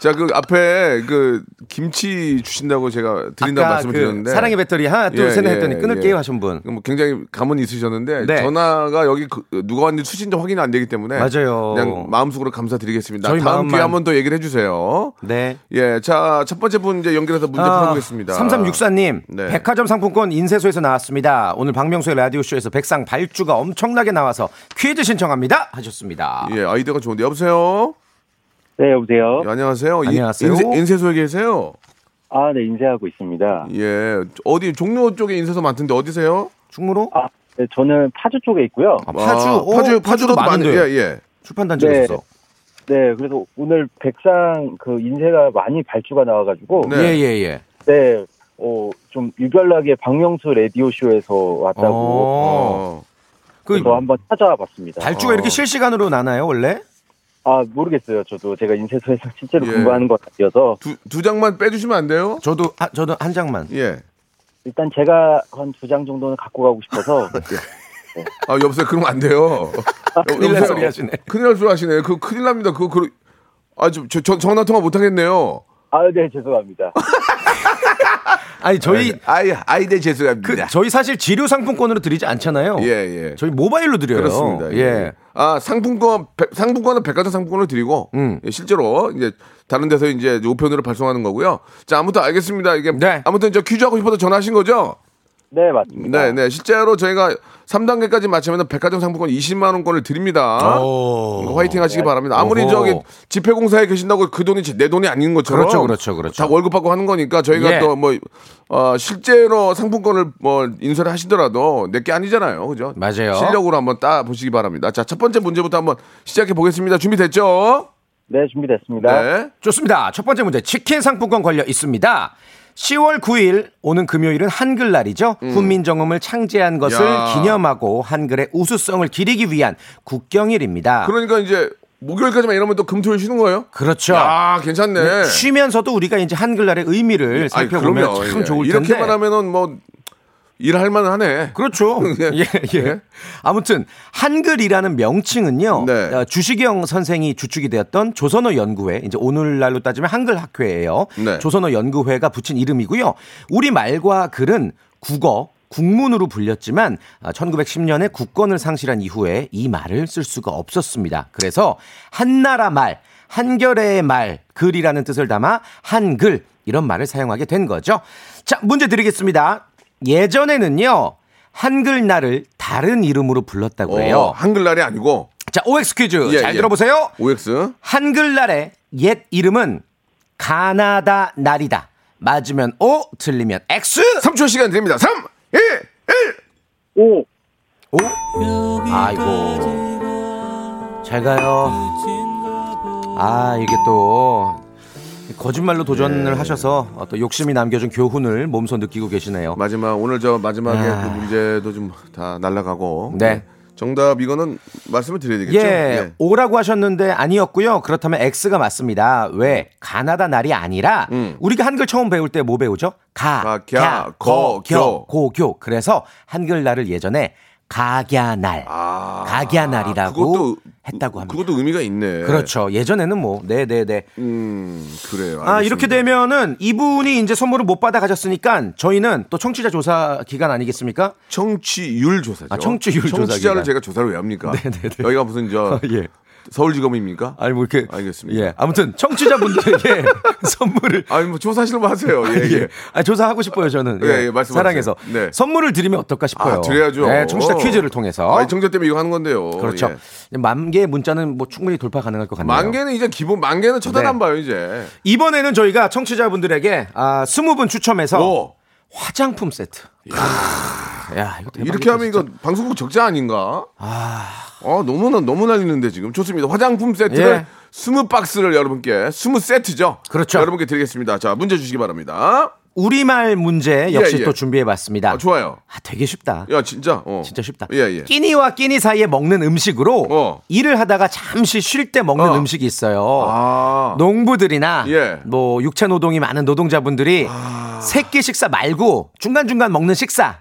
Speaker 3: 자 그 앞에 그 김치 주신다고 제가 드린다
Speaker 7: 아까
Speaker 3: 말씀을
Speaker 7: 그
Speaker 3: 드렸는데
Speaker 7: 사랑의 배터리 하나
Speaker 3: 예,
Speaker 7: 둘셋
Speaker 3: 예,
Speaker 7: 했더니 끊을게요
Speaker 3: 예.
Speaker 7: 하신 분.
Speaker 3: 뭐 굉장히 감은 있으셨는데
Speaker 7: 네.
Speaker 3: 전화가 여기 그- 누가 왔는지 수신자 확인이 안 되기 때문에
Speaker 7: 맞아요.
Speaker 3: 그냥 마음속으로 감사드리겠습니다.
Speaker 7: 저희
Speaker 3: 다음
Speaker 7: 마음만-
Speaker 3: 기회에 한 번 더 얘기를 해주세요.
Speaker 7: 네.
Speaker 3: 예, 자 첫 번째 분 이제 연결해서 문제
Speaker 7: 아,
Speaker 3: 풀어보겠습니다.
Speaker 7: 3364님,
Speaker 3: 네.
Speaker 7: 백화점 상품권 인쇄소에서 나왔습니다. 오늘 박명수의 라디오쇼에서 백상 발주가 엄청나게 나와서 퀴즈 신청합니다. 하셨습니다.
Speaker 3: 예, 아이디어가 좋은데 여보세요.
Speaker 8: 네 여보세요.
Speaker 3: 예, 안녕하세요. 이-
Speaker 7: 안녕하세요.
Speaker 3: 인쇄, 인쇄소에 계세요.
Speaker 8: 아 네 인쇄하고 있습니다.
Speaker 3: 예, 어디 종로 쪽에 인쇄소 많던데 어디세요?
Speaker 7: 충무로?
Speaker 8: 아 네, 저는 파주 쪽에 있고요.
Speaker 7: 아, 파주.
Speaker 3: 아,
Speaker 7: 오,
Speaker 3: 파주, 파주도
Speaker 7: 파주도
Speaker 3: 많은데. 예,
Speaker 7: 많은데요.
Speaker 3: 예.
Speaker 7: 출판단지가
Speaker 8: 네.
Speaker 7: 있어.
Speaker 8: 네 그래서 오늘 백상 그 인쇄가 많이 발주가 나와가지고
Speaker 3: 네.
Speaker 7: 예, 예, 예.
Speaker 8: 네, 어, 좀 유별나게 박명수 라디오 쇼에서 왔다고
Speaker 7: 어.
Speaker 3: 어.
Speaker 7: 그
Speaker 8: 그래서 한번 어. 찾아와 봤습니다.
Speaker 7: 발주가 이렇게 실시간으로 나나요, 원래?
Speaker 8: 아 모르겠어요. 저도 제가 인쇄소에서 실제로
Speaker 3: 예.
Speaker 8: 근무하는 것 같아서
Speaker 3: 두, 두 장만 빼주시면 안 돼요?
Speaker 7: 저도, 아, 저도 한 장만.
Speaker 3: 예.
Speaker 8: 일단 제가 한 두 장 정도는 갖고 가고 싶어서
Speaker 3: 아, 여보세요. 그러면 안 돼요.
Speaker 7: 큰일 날 소리 하시네.
Speaker 3: 큰일 날 소리 하시네. 그 큰일 납니다. 그거, 그, 아, 저, 저, 저 전화 통화 못 하겠네요.
Speaker 8: 아 네 죄송합니다.
Speaker 7: 아니,
Speaker 3: 네,
Speaker 7: 저희,
Speaker 3: 아이, 아이들
Speaker 7: 그,
Speaker 3: 죄송합니다.
Speaker 7: 저희 사실 지료 상품권으로 드리지 않잖아요.
Speaker 3: 예, 예.
Speaker 7: 저희 모바일로 드려요.
Speaker 3: 그렇습니다.
Speaker 7: 예.
Speaker 3: 아, 상품권, 배- 상품권은 백화점 상품권을 드리고,
Speaker 7: 음.
Speaker 3: 예, 실제로, 이제, 다른 데서 이제 우편으로 발송하는 거고요. 자, 아무튼 알겠습니다. 이게,
Speaker 7: 네.
Speaker 3: 아무튼 저 퀴즈 하고 싶어서 전화하신 거죠?
Speaker 8: 네, 맞습니다.
Speaker 3: 네, 네. 실제로 저희가 3단계까지 마치면 백화점 상품권 20만 원권을 드립니다.
Speaker 7: 오.
Speaker 3: 화이팅 하시기 바랍니다. 아무리
Speaker 7: 오호.
Speaker 3: 저기 집회공사에 계신다고 그 돈이 제- 내 돈이 아닌 것처럼
Speaker 7: 그렇죠, 그렇죠, 그렇죠.
Speaker 3: 다 월급 받고 하는 거니까 저희가
Speaker 7: 예.
Speaker 3: 또 뭐 어, 실제로 상품권을 뭐 인쇄를 하시더라도 내게 아니잖아요, 그죠?
Speaker 7: 맞아요.
Speaker 3: 실력으로 한번 따 보시기 바랍니다. 자, 첫 번째 문제부터 한번 시작해 보겠습니다. 준비됐죠?
Speaker 8: 네, 준비됐습니다.
Speaker 3: 네.
Speaker 7: 좋습니다. 첫 번째 문제. 치킨 상품권 걸려 있습니다. 10월 9일 오는 금요일은 한글날이죠. 훈민정음을 창제한 것을
Speaker 3: 야.
Speaker 7: 기념하고 한글의 우수성을 기리기 위한 국경일입니다.
Speaker 3: 그러니까 이제 목요일까지만 이러면 또 금토일 쉬는 거예요?
Speaker 7: 렇죠
Speaker 3: 야, 괜찮네.
Speaker 7: 쉬면서도 우리가 이제 한글날의 의미를
Speaker 3: 예. 아이,
Speaker 7: 살펴보면
Speaker 3: 그럼요.
Speaker 7: 참
Speaker 3: 예.
Speaker 7: 좋을 텐데.
Speaker 3: 이렇게만 하면은 뭐 일할 만하네.
Speaker 7: 그렇죠.
Speaker 3: 예.
Speaker 7: 예, 예. 아무튼 한글이라는 명칭은요.
Speaker 3: 네.
Speaker 7: 어, 주시경 선생이 주축이 되었던 조선어 연구회, 이제 오늘날로 따지면 한글 학회예요.
Speaker 3: 네.
Speaker 7: 조선어 연구회가 붙인 이름이고요. 우리 말과 글은 국어 국문으로 불렸지만 1910년에 국권을 상실한 이후에 이 말을 쓸 수가 없었습니다. 그래서 한나라 말, 한결의 말, 글이라는 뜻을 담아 한글 이런 말을 사용하게 된 거죠. 자, 문제 드리겠습니다. 예전에는요. 한글날을 다른 이름으로 불렀다고 해요.
Speaker 3: 어, 한글날이 아니고
Speaker 7: 자, OX 퀴즈
Speaker 3: 예,
Speaker 7: 잘
Speaker 3: 예.
Speaker 7: 들어보세요.
Speaker 3: OX.
Speaker 7: 한글날의 옛 이름은 가나다 날이다. 맞으면 O, 틀리면 X.
Speaker 3: 3초 시간 드립니다. 3, 2, 1.
Speaker 8: 오,
Speaker 7: 오? 아이고. 잘 가요. 아, 이게 또 거짓말로
Speaker 3: 예.
Speaker 7: 도전을 하셔서 어, 또 욕심이 남겨준 교훈을 몸소 느끼고 계시네요.
Speaker 3: 마지막 오늘 저 마지막에
Speaker 7: 아.
Speaker 3: 그 문제도 좀 다 날아가고. 예.
Speaker 7: 네.
Speaker 3: 정답 이거는 말씀을 드려야 되겠죠?
Speaker 7: 예, 오라고 하셨는데 아니었고요. 그렇다면 X가 맞습니다. 왜?
Speaker 3: 음.
Speaker 7: 가나다 날이 아니라 우리가 한글 처음 배울 때 뭐 배우죠? 가,
Speaker 3: 가, 갸,
Speaker 7: 갸,
Speaker 3: 거,
Speaker 7: 거,
Speaker 3: 겨.
Speaker 7: 겨, 고, 교. 그래서 한글날을 예전에 가갸날,
Speaker 3: 아.
Speaker 7: 가갸날이라고
Speaker 3: 그것도-
Speaker 7: 했다고 합니다.
Speaker 3: 그것도 의미가 있네.
Speaker 7: 그렇죠. 예전에는 뭐, 네, 네, 네.
Speaker 3: 음, 그래요.
Speaker 7: 아, 이렇게 되면은 이분이 이제 선물을 못 받아 가셨으니까 저희는 또 청취자 조사 기간 아니겠습니까?
Speaker 3: 청취율 조사죠.
Speaker 7: 아, 청취율 조사
Speaker 3: 청취자를
Speaker 7: 기간.
Speaker 3: 제가 조사를 왜 합니까?
Speaker 7: 네네네.
Speaker 3: 여기가 무슨 저
Speaker 7: 예.
Speaker 3: 서울지검입니까?
Speaker 7: 아니 뭐 이렇게
Speaker 3: 알겠습니다.
Speaker 7: 예. 아무튼 청취자분들에게 선물을
Speaker 3: 아니 뭐 조사실로 하세요. 예, 예.
Speaker 7: 예. 아, 조사하고 싶어요, 저는.
Speaker 3: 예, 예, 말씀하세요.
Speaker 7: 사랑해서.
Speaker 3: 네.
Speaker 7: 선물을 드리면 어떨까 싶어요.
Speaker 3: 아, 드려야죠.
Speaker 7: 네, 청취자 퀴즈를 통해서.
Speaker 3: 아, 이 청자 때문에 이거 하는 건데요.
Speaker 7: 그렇죠.
Speaker 3: 예.
Speaker 7: 만 개의 문자는 뭐 충분히 돌파 가능할 것 같네요.
Speaker 3: 만 개는 이제 기본 만 개는 쳐다도
Speaker 7: 네.
Speaker 3: 안 봐요 이제.
Speaker 7: 이번에는 저희가 청취자분들에게 아, 20분 추첨해서
Speaker 3: 오.
Speaker 7: 화장품 세트. 야, 이거 대박이다,
Speaker 3: 이렇게 하면 이거
Speaker 7: 네, 진짜.
Speaker 3: 방송국 적자 아닌가? 아, 너무나 너무 날리는데 지금 좋습니다. 화장품 세트를
Speaker 7: 예.
Speaker 3: 스무 박스를 여러분께 스무 세트죠.
Speaker 7: 그렇죠.
Speaker 3: 여러분께 드리겠습니다. 자 문제 주시기 바랍니다.
Speaker 7: 우리말 문제 역시
Speaker 3: 예, 예.
Speaker 7: 또 준비해 봤습니다.
Speaker 3: 아, 좋아요.
Speaker 7: 되게 쉽다.
Speaker 3: 야 진짜. 어.
Speaker 7: 진짜 쉽다.
Speaker 3: 예예.
Speaker 7: 끼니와 끼니 사이에 먹는 음식으로
Speaker 3: 어.
Speaker 7: 일을 하다가 잠시 쉴 때 먹는
Speaker 3: 어.
Speaker 7: 음식이 있어요.
Speaker 3: 아.
Speaker 7: 농부들이나
Speaker 3: 예. 아.
Speaker 7: 뭐 육체 노동이 많은 노동자분들이 새끼 식사 말고 중간중간 먹는 식사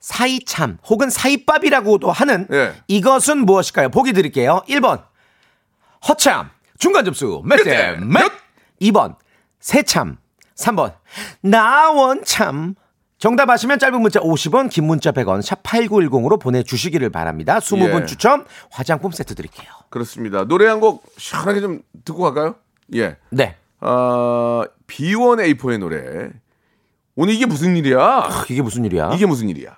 Speaker 7: 사이참 혹은 사이밥이라고도 하는
Speaker 3: 예.
Speaker 7: 이것은 무엇일까요? 보기 드릴게요. 1번 허참 중간 점수 몇대몇 2번 새참 3번 나원참 정답 아시면 짧은 문자 50원 긴 문자 100원 샵 8910으로 보내주시기를 바랍니다. 20분
Speaker 3: 예.
Speaker 7: 추첨 화장품 세트 드릴게요.
Speaker 3: 그렇습니다. 노래 한 곡 시원하게 좀 듣고 갈까요? 예.
Speaker 7: 네.
Speaker 3: 아 B1A4의 노래. 오늘 이게 무슨 일이야?
Speaker 7: 이게 무슨 일이야?
Speaker 3: 이게 무슨 일이야?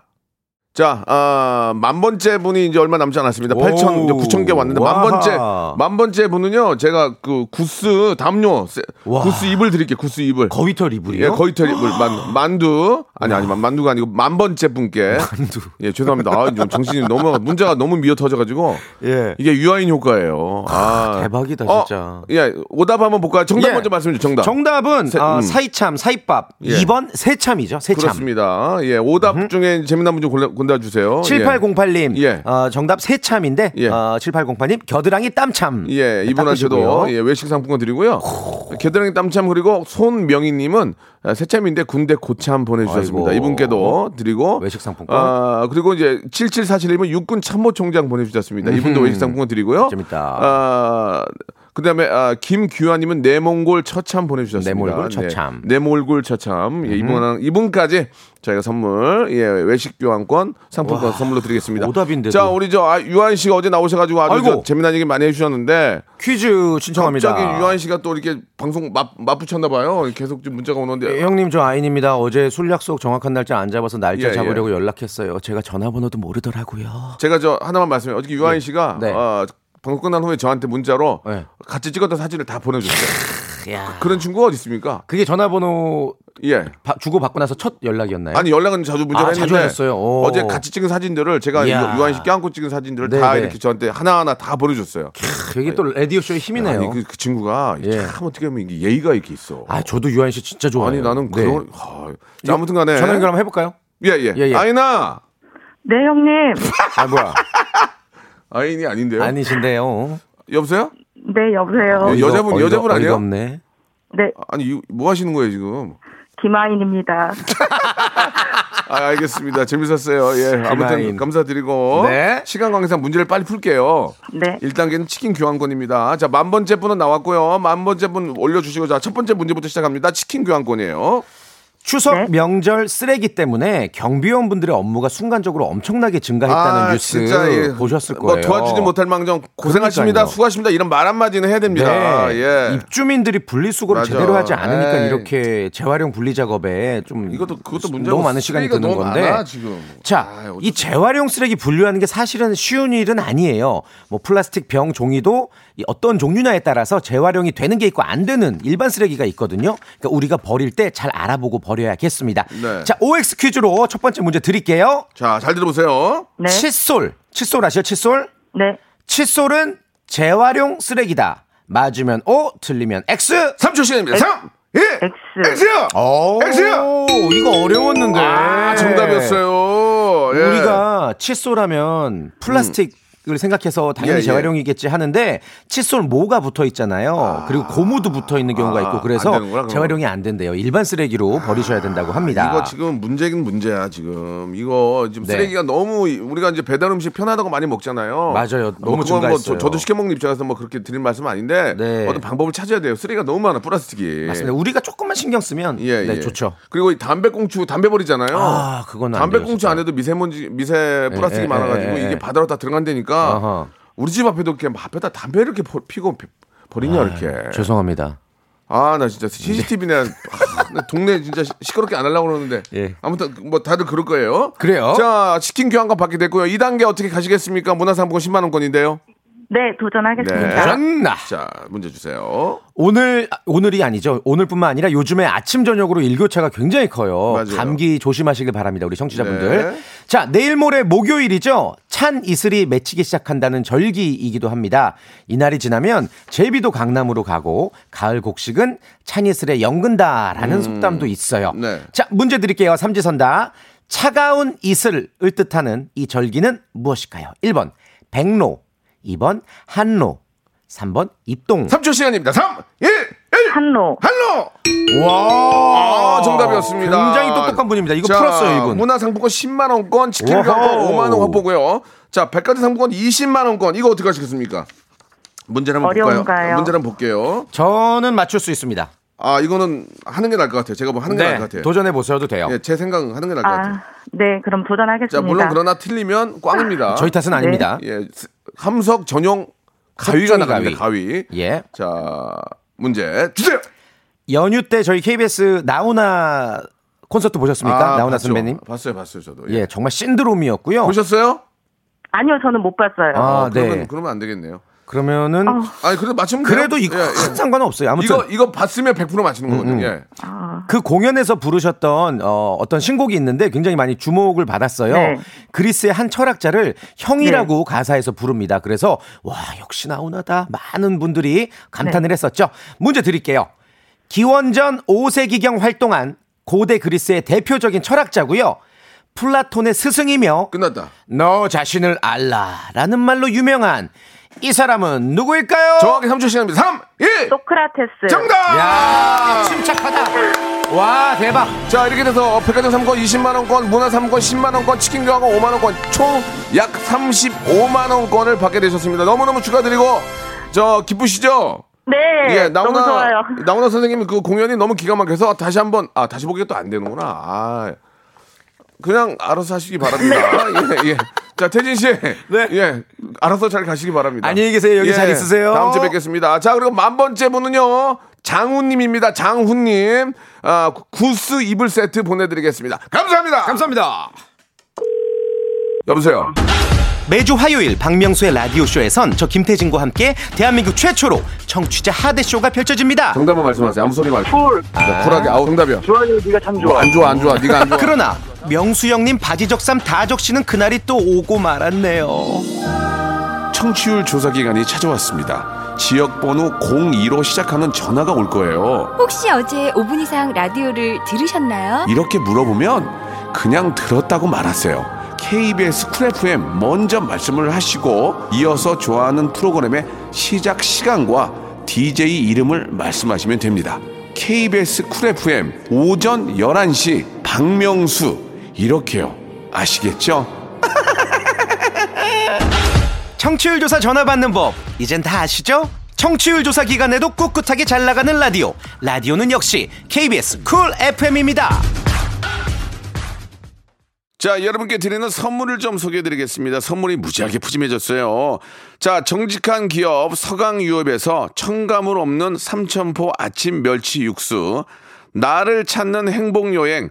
Speaker 3: 자, 아, 만 번째 분이 이제 얼마 남지 않았습니다. 8천, 이제 9천 개 왔는데 만
Speaker 7: 와하.
Speaker 3: 번째, 만 번째 분은요. 제가 그 구스 담요, 세-
Speaker 7: 와.
Speaker 3: 구스 이불 드릴게요. 구스 이불.
Speaker 7: 거위털 이불이요?
Speaker 3: 예, 거위털 이불 만 만두 아니 아니 만- 만두가 아니고 만 번째 분께 만두. 예, 죄송합니다. 아, 좀 정신이 너무 문제가 너무 미어 터져가지고
Speaker 7: 예.
Speaker 3: 이게 유아인 효과예요. 아
Speaker 7: 대박이다,
Speaker 3: 어,
Speaker 7: 진짜.
Speaker 3: 예, 오답 한번 볼까요? 정답
Speaker 7: 예.
Speaker 3: 먼저 말씀해 주세요. 정답.
Speaker 7: 정답은
Speaker 3: 세-
Speaker 7: 아,
Speaker 3: 음.
Speaker 7: 사이참, 사이밥.
Speaker 3: 예.
Speaker 7: 2번 새참이죠. 음. 새참.
Speaker 3: 그렇습니다. 예, 오답 중에 재미난 분 좀 골라, 골라 주세요.
Speaker 7: 7808님
Speaker 3: 예.
Speaker 7: 어, 정답 새참인데
Speaker 3: 예.
Speaker 7: 어, 7808님 겨드랑이 음, 땀참. 네,
Speaker 3: 예,
Speaker 7: 닦으시고요.
Speaker 3: 이분한테도 예, 외식 상품권 드리고요. 겨드랑이 땀참 그리고 손명희님은 아, 새참인데 군대 고참 보내주셨습니다.
Speaker 7: 아이고.
Speaker 3: 이분께도 드리고
Speaker 7: 외식 상품권.
Speaker 3: 아, 그리고 이제
Speaker 7: 음,
Speaker 3: 7747님은 육군 참모총장 보내주셨습니다. 이분도 외식 상품권 드리고요.
Speaker 7: 재밌다.
Speaker 3: 아, 그다음에 아, 김규환님은 내몽골 처참 보내주셨습니다.
Speaker 7: 내몰골 처참. 음.
Speaker 3: 네, 내몰골 처참. 예, 이분 이분까지 저희가 선물 예 외식 교환권 상품권 선물로 드리겠습니다.
Speaker 7: 오답인데도.
Speaker 3: 자 우리 저 아, 유한 씨가 어제 나오셔가지고 아주
Speaker 7: 아이고.
Speaker 3: 저 재미난 얘기 많이 해주셨는데
Speaker 7: 퀴즈 신청합니다.
Speaker 3: 갑자기 유한 씨가 또 이렇게 방송 맞 맞붙였나 봐요. 계속 좀 문자가 오는데.
Speaker 7: 예, 형님 저 아인입니다. 어제 술 약속 정확한 날짜 안 잡아서 날짜
Speaker 3: 예,
Speaker 7: 잡으려고 연락했어요. 제가 전화번호도 모르더라고요.
Speaker 3: 제가 저 하나만 말씀해요. 어저께 유한 씨가
Speaker 7: 네.
Speaker 3: 어, 방송 끝난 후에 저한테 문자로
Speaker 7: 네.
Speaker 3: 같이 찍었던 사진을 다 보내줬어요. 그- 그런 친구가 어디 있습니까?
Speaker 7: 그게 전화번호
Speaker 3: 예.
Speaker 7: 바- 주고 받고 나서 첫 연락이었나요?
Speaker 3: 아니 연락은 자주 문자를
Speaker 7: 네. 아, 자주
Speaker 3: 했는데
Speaker 7: 하셨어요? 오.
Speaker 3: 어제 같이 찍은 사진들을 제가
Speaker 7: 이야.
Speaker 3: 유한 씨 껴안고 찍은 사진들을
Speaker 7: 네,
Speaker 3: 다
Speaker 7: 네.
Speaker 3: 이렇게 저한테 하나하나 다 보내줬어요.
Speaker 7: 이게 또 라디오 쇼의 힘이네요.
Speaker 3: 아니 그, 그 친구가
Speaker 7: 예.
Speaker 3: 참 어떻게 보면 이게 예의가 이렇게 있어.
Speaker 7: 아 저도 유한 씨 진짜 좋아해요.
Speaker 3: 아니 나는
Speaker 7: 네.
Speaker 3: 그런 네. 하, 자, 아무튼간에
Speaker 7: 전화 연결 한번 해볼까요?
Speaker 3: 예예
Speaker 7: 예, 예.
Speaker 3: 아이나
Speaker 5: 네, 형님.
Speaker 7: 아 뭐야?
Speaker 3: 아인이 아닌데요.
Speaker 7: 아니신데요.
Speaker 3: 여보세요?
Speaker 5: 네, 여보세요.
Speaker 3: 어,
Speaker 7: 어이가-
Speaker 3: 여자분,
Speaker 7: 어이가-
Speaker 3: 여자분
Speaker 7: 어이가
Speaker 3: 아니에요?
Speaker 7: 없네.
Speaker 5: 네,
Speaker 3: 아니 이- 뭐 하시는 거예요 지금?
Speaker 5: 김아인입니다.
Speaker 3: 아 알겠습니다. 재밌었어요. 예 아무튼
Speaker 7: 아인.
Speaker 3: 감사드리고
Speaker 7: 네.
Speaker 3: 시간 관계상 문제를 빨리 풀게요.
Speaker 5: 네.
Speaker 3: 1단계는 치킨 교환권입니다. 자, 만 번째 분은 나왔고요. 만 번째 분 올려주시고, 자, 첫 번째 문제부터 시작합니다. 치킨 교환권이에요.
Speaker 7: 추석
Speaker 5: 네.
Speaker 7: 명절 쓰레기 때문에 경비원 분들의 업무가 순간적으로 엄청나게 증가했다는 아, 뉴스
Speaker 3: 예.
Speaker 7: 보셨을
Speaker 3: 뭐
Speaker 7: 거예요.
Speaker 3: 도와주지 못할 망정 고생하십니다.
Speaker 7: 그러니까요.
Speaker 3: 수고하십니다. 이런 말 한마디는 해야 됩니다.
Speaker 7: 네.
Speaker 3: 예.
Speaker 7: 입주민들이 분리수거를
Speaker 3: 맞아.
Speaker 7: 제대로 하지 않으니까
Speaker 3: 에이.
Speaker 7: 이렇게 재활용 분리 작업에 좀
Speaker 3: 이것도, 그것도 문제고.
Speaker 7: 너무 많은 시간이
Speaker 3: 쓰레기가
Speaker 7: 드는
Speaker 3: 너무
Speaker 7: 건데
Speaker 3: 많아, 지금.
Speaker 7: 자,
Speaker 3: 아이, 어떡해.
Speaker 7: 이 재활용 쓰레기 분류하는 게 사실은 쉬운 일은 아니에요. 뭐 플라스틱 병 종이도 이 어떤 종류냐에 따라서 재활용이 되는 게 있고 안 되는 일반 쓰레기가 있거든요. 그러니까 우리가 버릴 때 잘 알아보고 버려야겠습니다.
Speaker 3: 네.
Speaker 7: 자, OX 퀴즈로 첫 번째 문제 드릴게요.
Speaker 3: 자, 잘 들어보세요.
Speaker 5: 네,
Speaker 7: 칫솔. 칫솔 아시죠? 칫솔?
Speaker 5: 네.
Speaker 7: 칫솔은 재활용 쓰레기다. 맞으면 O, 틀리면 X.
Speaker 3: 3초 시간입니다. 3, 2,
Speaker 5: X.
Speaker 3: X요!
Speaker 7: 오,
Speaker 3: X요!
Speaker 7: 이거 어려웠는데.
Speaker 3: 아, 정답이었어요. 예.
Speaker 7: 네. 우리가 칫솔하면 플라스틱 을 생각해서 당연히
Speaker 3: 예, 예.
Speaker 7: 재활용이겠지 하는데 칫솔 모가 붙어 있잖아요. 그리고 고무도 붙어 있는 경우가 있고
Speaker 3: 아, 안
Speaker 7: 그래서
Speaker 3: 되는구나, 그럼.
Speaker 7: 재활용이 안 된대요. 일반 쓰레기로 버리셔야 된다고 합니다.
Speaker 3: 이거 지금 문제긴 문제야 지금 이거 지금
Speaker 7: 네.
Speaker 3: 쓰레기가 너무 우리가 이제 배달 음식 편하다고 많이 먹잖아요.
Speaker 7: 맞아요.
Speaker 3: 뭐
Speaker 7: 너무
Speaker 3: 그건 뭐
Speaker 7: 증가했어요.
Speaker 3: 저, 도 시켜 먹는 입장에서 뭐 그렇게 드린 말씀 은 아닌데
Speaker 7: 네.
Speaker 3: 어떤 방법을 찾아야 돼요. 쓰레기가 너무 많아 플라스틱이.
Speaker 7: 맞습니다. 네, 우리가 조금만 신경 쓰면
Speaker 3: 예,
Speaker 7: 네,
Speaker 3: 예.
Speaker 7: 좋죠.
Speaker 3: 그리고 이 담배꽁초 담배 버리잖아요.
Speaker 7: 아, 그건 안 돼요,
Speaker 3: 담배꽁초
Speaker 7: 진짜.
Speaker 3: 안에도 미세먼지 미세 플라스틱이
Speaker 7: 예,
Speaker 3: 많아가지고
Speaker 7: 예, 예,
Speaker 3: 이게
Speaker 7: 예.
Speaker 3: 바다로 다 들어간다니까
Speaker 7: 아하.
Speaker 3: 우리 집 앞에도 그냥 앞에다 담배를 이렇게 버- 피고 피-
Speaker 7: 아,
Speaker 3: 버리냐 이렇게.
Speaker 7: 죄송합니다.
Speaker 3: 아 나 진짜 CCTV네 아, 동네 진짜 시- 시끄럽게 안 하려고 그러는데
Speaker 7: 예.
Speaker 3: 아무튼 뭐 다들 그럴 거예요.
Speaker 7: 그래요?
Speaker 3: 자 치킨 교환권 받게 됐고요. 2단계 어떻게 가시겠습니까? 문화상품권 10만 원권인데요.
Speaker 5: 네,
Speaker 3: 아,
Speaker 5: 도전하겠습니다.
Speaker 7: 짠나.
Speaker 3: 자 문제 주세요.
Speaker 7: 오늘 아, 오늘이 아니죠. 오늘뿐만 아니라 요즘에 아침 저녁으로 일교차가 굉장히 커요.
Speaker 3: 맞아요.
Speaker 7: 감기 조심하시길 바랍니다. 우리 청취자분들.
Speaker 3: 네.
Speaker 7: 자, 내일 모레 목요일이죠. 찬 이슬이 맺히기 시작한다는 절기이기도 합니다. 이날이 지나면 제비도 강남으로 가고 가을 곡식은 찬 이슬에 연근다라는 속담도 있어요.
Speaker 3: 음. 네.
Speaker 7: 자, 문제 드릴게요. 삼지선다. 차가운 이슬을 뜻하는 이 절기는 무엇일까요? 1번 백로, 2번 한로, 3번 입동.
Speaker 3: 3초 시간입니다. 3, 1, 1
Speaker 5: 한로.
Speaker 3: 할로.
Speaker 7: 와,
Speaker 3: 아, 정답이었습니다.
Speaker 7: 굉장히 똑똑한 분입니다. 이거
Speaker 3: 자,
Speaker 7: 풀었어요, 이분.
Speaker 3: 문화상품권 10만 원권, 치킨
Speaker 7: 오호.
Speaker 3: 교환권 5만 원 확보고요. 자 백화점 상품권 20만 원권 이거 어떻게 하시겠습니까? 문제를 한번 볼까요?
Speaker 5: 어려운가요?
Speaker 3: 문제를 한번 볼게요.
Speaker 7: 저는 맞출 수 있습니다. 네,
Speaker 3: 아 이거는 하는 게 나을 것 같아요. 제가 보면 하는 게 나을 것 같아요.
Speaker 7: 도전해 보셔도 돼요.
Speaker 3: 예, 제 생각은 하는 게 나을 것 같아요.
Speaker 5: 아, 네, 그럼 도전하겠습니다.
Speaker 3: 자, 물론 그러나 틀리면 꽝입니다.
Speaker 7: 저희 탓은 아닙니다.
Speaker 3: 예, 스- 함석 전용 가위가
Speaker 7: 석중이
Speaker 3: 나갑니다. 가위.
Speaker 7: 예.
Speaker 3: 자, 문제 주세요.
Speaker 7: 연휴 때 저희 KBS 나훈아 콘서트 보셨습니까?
Speaker 3: 아,
Speaker 7: 나훈아
Speaker 3: 봤죠.
Speaker 7: 선배님.
Speaker 3: 봤어요, 봤어요, 저도.
Speaker 7: 예, 정말 신드롬이었고요.
Speaker 3: 보셨어요?
Speaker 5: 아니요, 저는 못 봤어요.
Speaker 7: 아,
Speaker 3: 그러면,
Speaker 7: 네.
Speaker 3: 그러면 안 되겠네요.
Speaker 7: 그러면은
Speaker 3: 아니, 그래도 맞추면 돼요.
Speaker 7: 그래도 이거
Speaker 3: 예, 예.
Speaker 7: 큰 상관없어요. 아무튼 음,
Speaker 3: 이거 이거 봤으면 100% 맞히는 거거든요. 예.
Speaker 7: 그 공연에서 부르셨던 어, 어떤 신곡이 있는데 굉장히 많이 주목을 받았어요.
Speaker 5: 네.
Speaker 7: 그리스의 한 철학자를 형이라고 가사에서 부릅니다. 그래서 와 역시 나오나다 많은 분들이 감탄을 했었죠. 문제 드릴게요. 기원전 5세기경 활동한 고대 그리스의 대표적인 철학자고요. 플라톤의 스승이며
Speaker 3: 끝났다.
Speaker 7: 너 자신을 알라라는 말로 유명한 이 사람은 누구일까요?
Speaker 3: 정확히 3초 시간입니다. 3, 1.
Speaker 5: 소크라테스.
Speaker 3: 정답!
Speaker 7: 야 침착하다. 와 대박.
Speaker 3: 자 이렇게 돼서 백화점 상권 20만 원권, 문화 상권 10만 원권, 치킨 교환권 5만 원권 총 약 35만 원권을 받게 되셨습니다. 너무너무 축하드리고 저 기쁘시죠?
Speaker 5: 네.
Speaker 3: 예,
Speaker 5: 너무
Speaker 3: 나훈아
Speaker 5: 좋아요.
Speaker 3: 나훈아 선생님이 그 공연이 너무 기가 막혀서 다시 한번 아 다시 보기가 또 안 되는구나. 아, 그냥 알아서 하시기 바랍니다.
Speaker 5: 네.
Speaker 3: 예, 예. 자 태진 씨,
Speaker 7: 네.
Speaker 3: 예, 알아서 잘 가시기 바랍니다. 예.
Speaker 7: 안녕히 계세요. 예, 여기 잘 있으세요.
Speaker 3: 다음 주에 뵙겠습니다. 자 그리고 만 번째 분은요 장훈님입니다. 장훈님, 아 구스 이불 세트 보내드리겠습니다. 감사합니다.
Speaker 7: 감사합니다.
Speaker 3: 여보세요.
Speaker 9: 매주 화요일 박명수의 라디오쇼에선 저 김태진과 함께 대한민국 최초로 청취자 하대쇼가 펼쳐집니다.
Speaker 3: 정답만 말씀하세요. 아무 소리 말고.
Speaker 8: 쿨.
Speaker 3: 자, 쿨하게 아우 정답이야.
Speaker 8: 주환이 네가 참 좋아.
Speaker 3: 안 좋아 안 좋아. 네가 안 좋아.
Speaker 9: 그러나 명수 형님 바지 적삼 다 적시는 그날이 또 오고 말았네요.
Speaker 1: 청취율 조사 기간이 찾아왔습니다. 지역 번호 02로 시작하는 전화가 올 거예요.
Speaker 10: 혹시 어제 5분 이상 라디오를 들으셨나요?
Speaker 1: 이렇게 물어보면 그냥 들었다고 말하세요. KBS 쿨 FM 먼저 말씀을 하시고 이어서 좋아하는 프로그램의 시작 시간과 DJ 이름을 말씀하시면 됩니다. KBS 쿨 FM 오전 11시 박명수 이렇게요. 아시겠죠?
Speaker 9: 청취율 조사 전화 받는 법 이젠 다 아시죠? 청취율 조사 기간에도 꿋꿋하게 잘 나가는 라디오 라디오는 역시 KBS 쿨 FM입니다.
Speaker 3: 자, 여러분께 드리는 선물을 좀 소개해 드리겠습니다. 선물이 무지하게 푸짐해졌어요. 자, 정직한 기업 서강유업에서 청가물 없는 삼천포 아침 멸치 육수, 나를 찾는 행복여행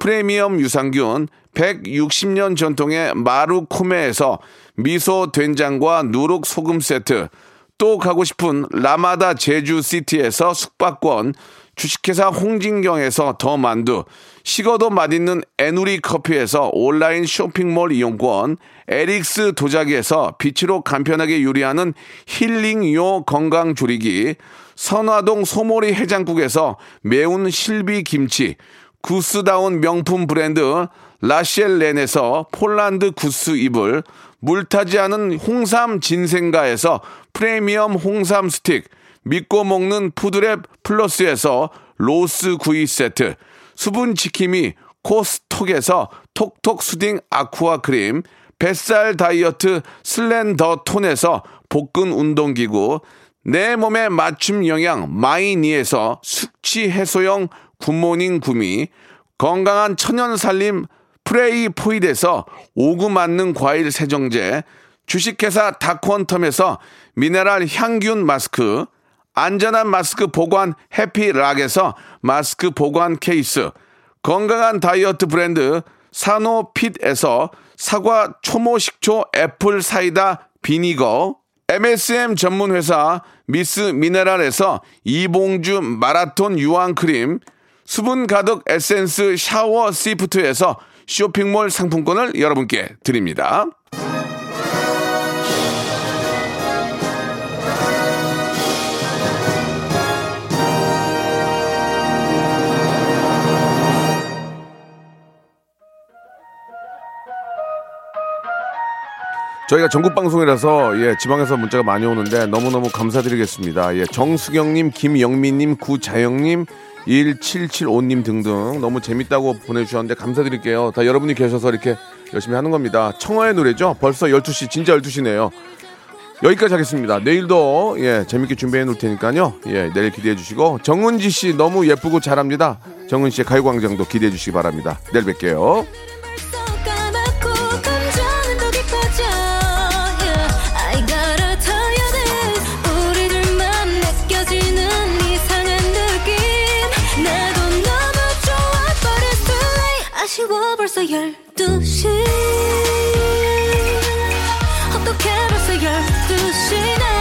Speaker 3: 프리미엄 유산균 160년 전통의 마루코메에서 미소 된장과 누룩 소금 세트 또 가고 싶은 라마다 제주시티에서 숙박권 주식회사 홍진경에서 더 만두 식어도 맛있는 에누리 커피에서 온라인 쇼핑몰 이용권 에릭스 도자기에서 빛으로 간편하게 요리하는 힐링요 건강조리기 선화동 소모리 해장국에서 매운 실비 김치 구스다운 명품 브랜드 라시엘렌에서 폴란드 구스 이불, 물타지 않은 홍삼 진생가에서 프리미엄 홍삼 스틱, 믿고 먹는 푸드랩 플러스에서 로스 구이 세트, 수분 지킴이 코스톡에서 톡톡 수딩 아쿠아 크림, 뱃살 다이어트 슬렌더 톤에서 복근 운동기구, 내 몸에 맞춤 영양 마이니에서 숙취 해소용 굿모닝 구미, 건강한 천연 살림 프레이 포일에서 오구 맞는 과일 세정제, 주식회사 다콘텀에서 미네랄 향균 마스크, 안전한 마스크 보관 해피락에서 마스크 보관 케이스, 건강한 다이어트 브랜드 사노핏에서 사과 초모 식초 애플 사이다 비니거, MSM 전문회사 미스 미네랄에서 이봉주 마라톤 유황크림, 수분 가득 에센스 샤워 시프트에서 쇼핑몰 상품권을 여러분께 드립니다. 저희가 전국 방송이라서 예, 지방에서 문자가 많이 오는데 너무너무 감사드리겠습니다. 예, 정수경님, 김영민님, 구자영님, 1775님 등등 너무 재밌다고 보내주셨는데 감사드릴게요. 다 여러분이 계셔서 이렇게 열심히 하는 겁니다. 청하의 노래죠. 벌써 12시, 진짜 12시네요. 여기까지 하겠습니다. 내일도 예, 재밌게 준비해 놓을 테니까요. 예, 내일 기대해 주시고 정은지 씨 너무 예쁘고 잘합니다. 정은 씨의 가요광장도 기대해 주시기 바랍니다. 내일 뵐게요.
Speaker 10: 까맣고 감정은 더 깊어져 I gotta tell you this 우리 둘만 느껴지는 이상한 느낌 나도
Speaker 5: 벌써 12시 어떻게 벌써 12시네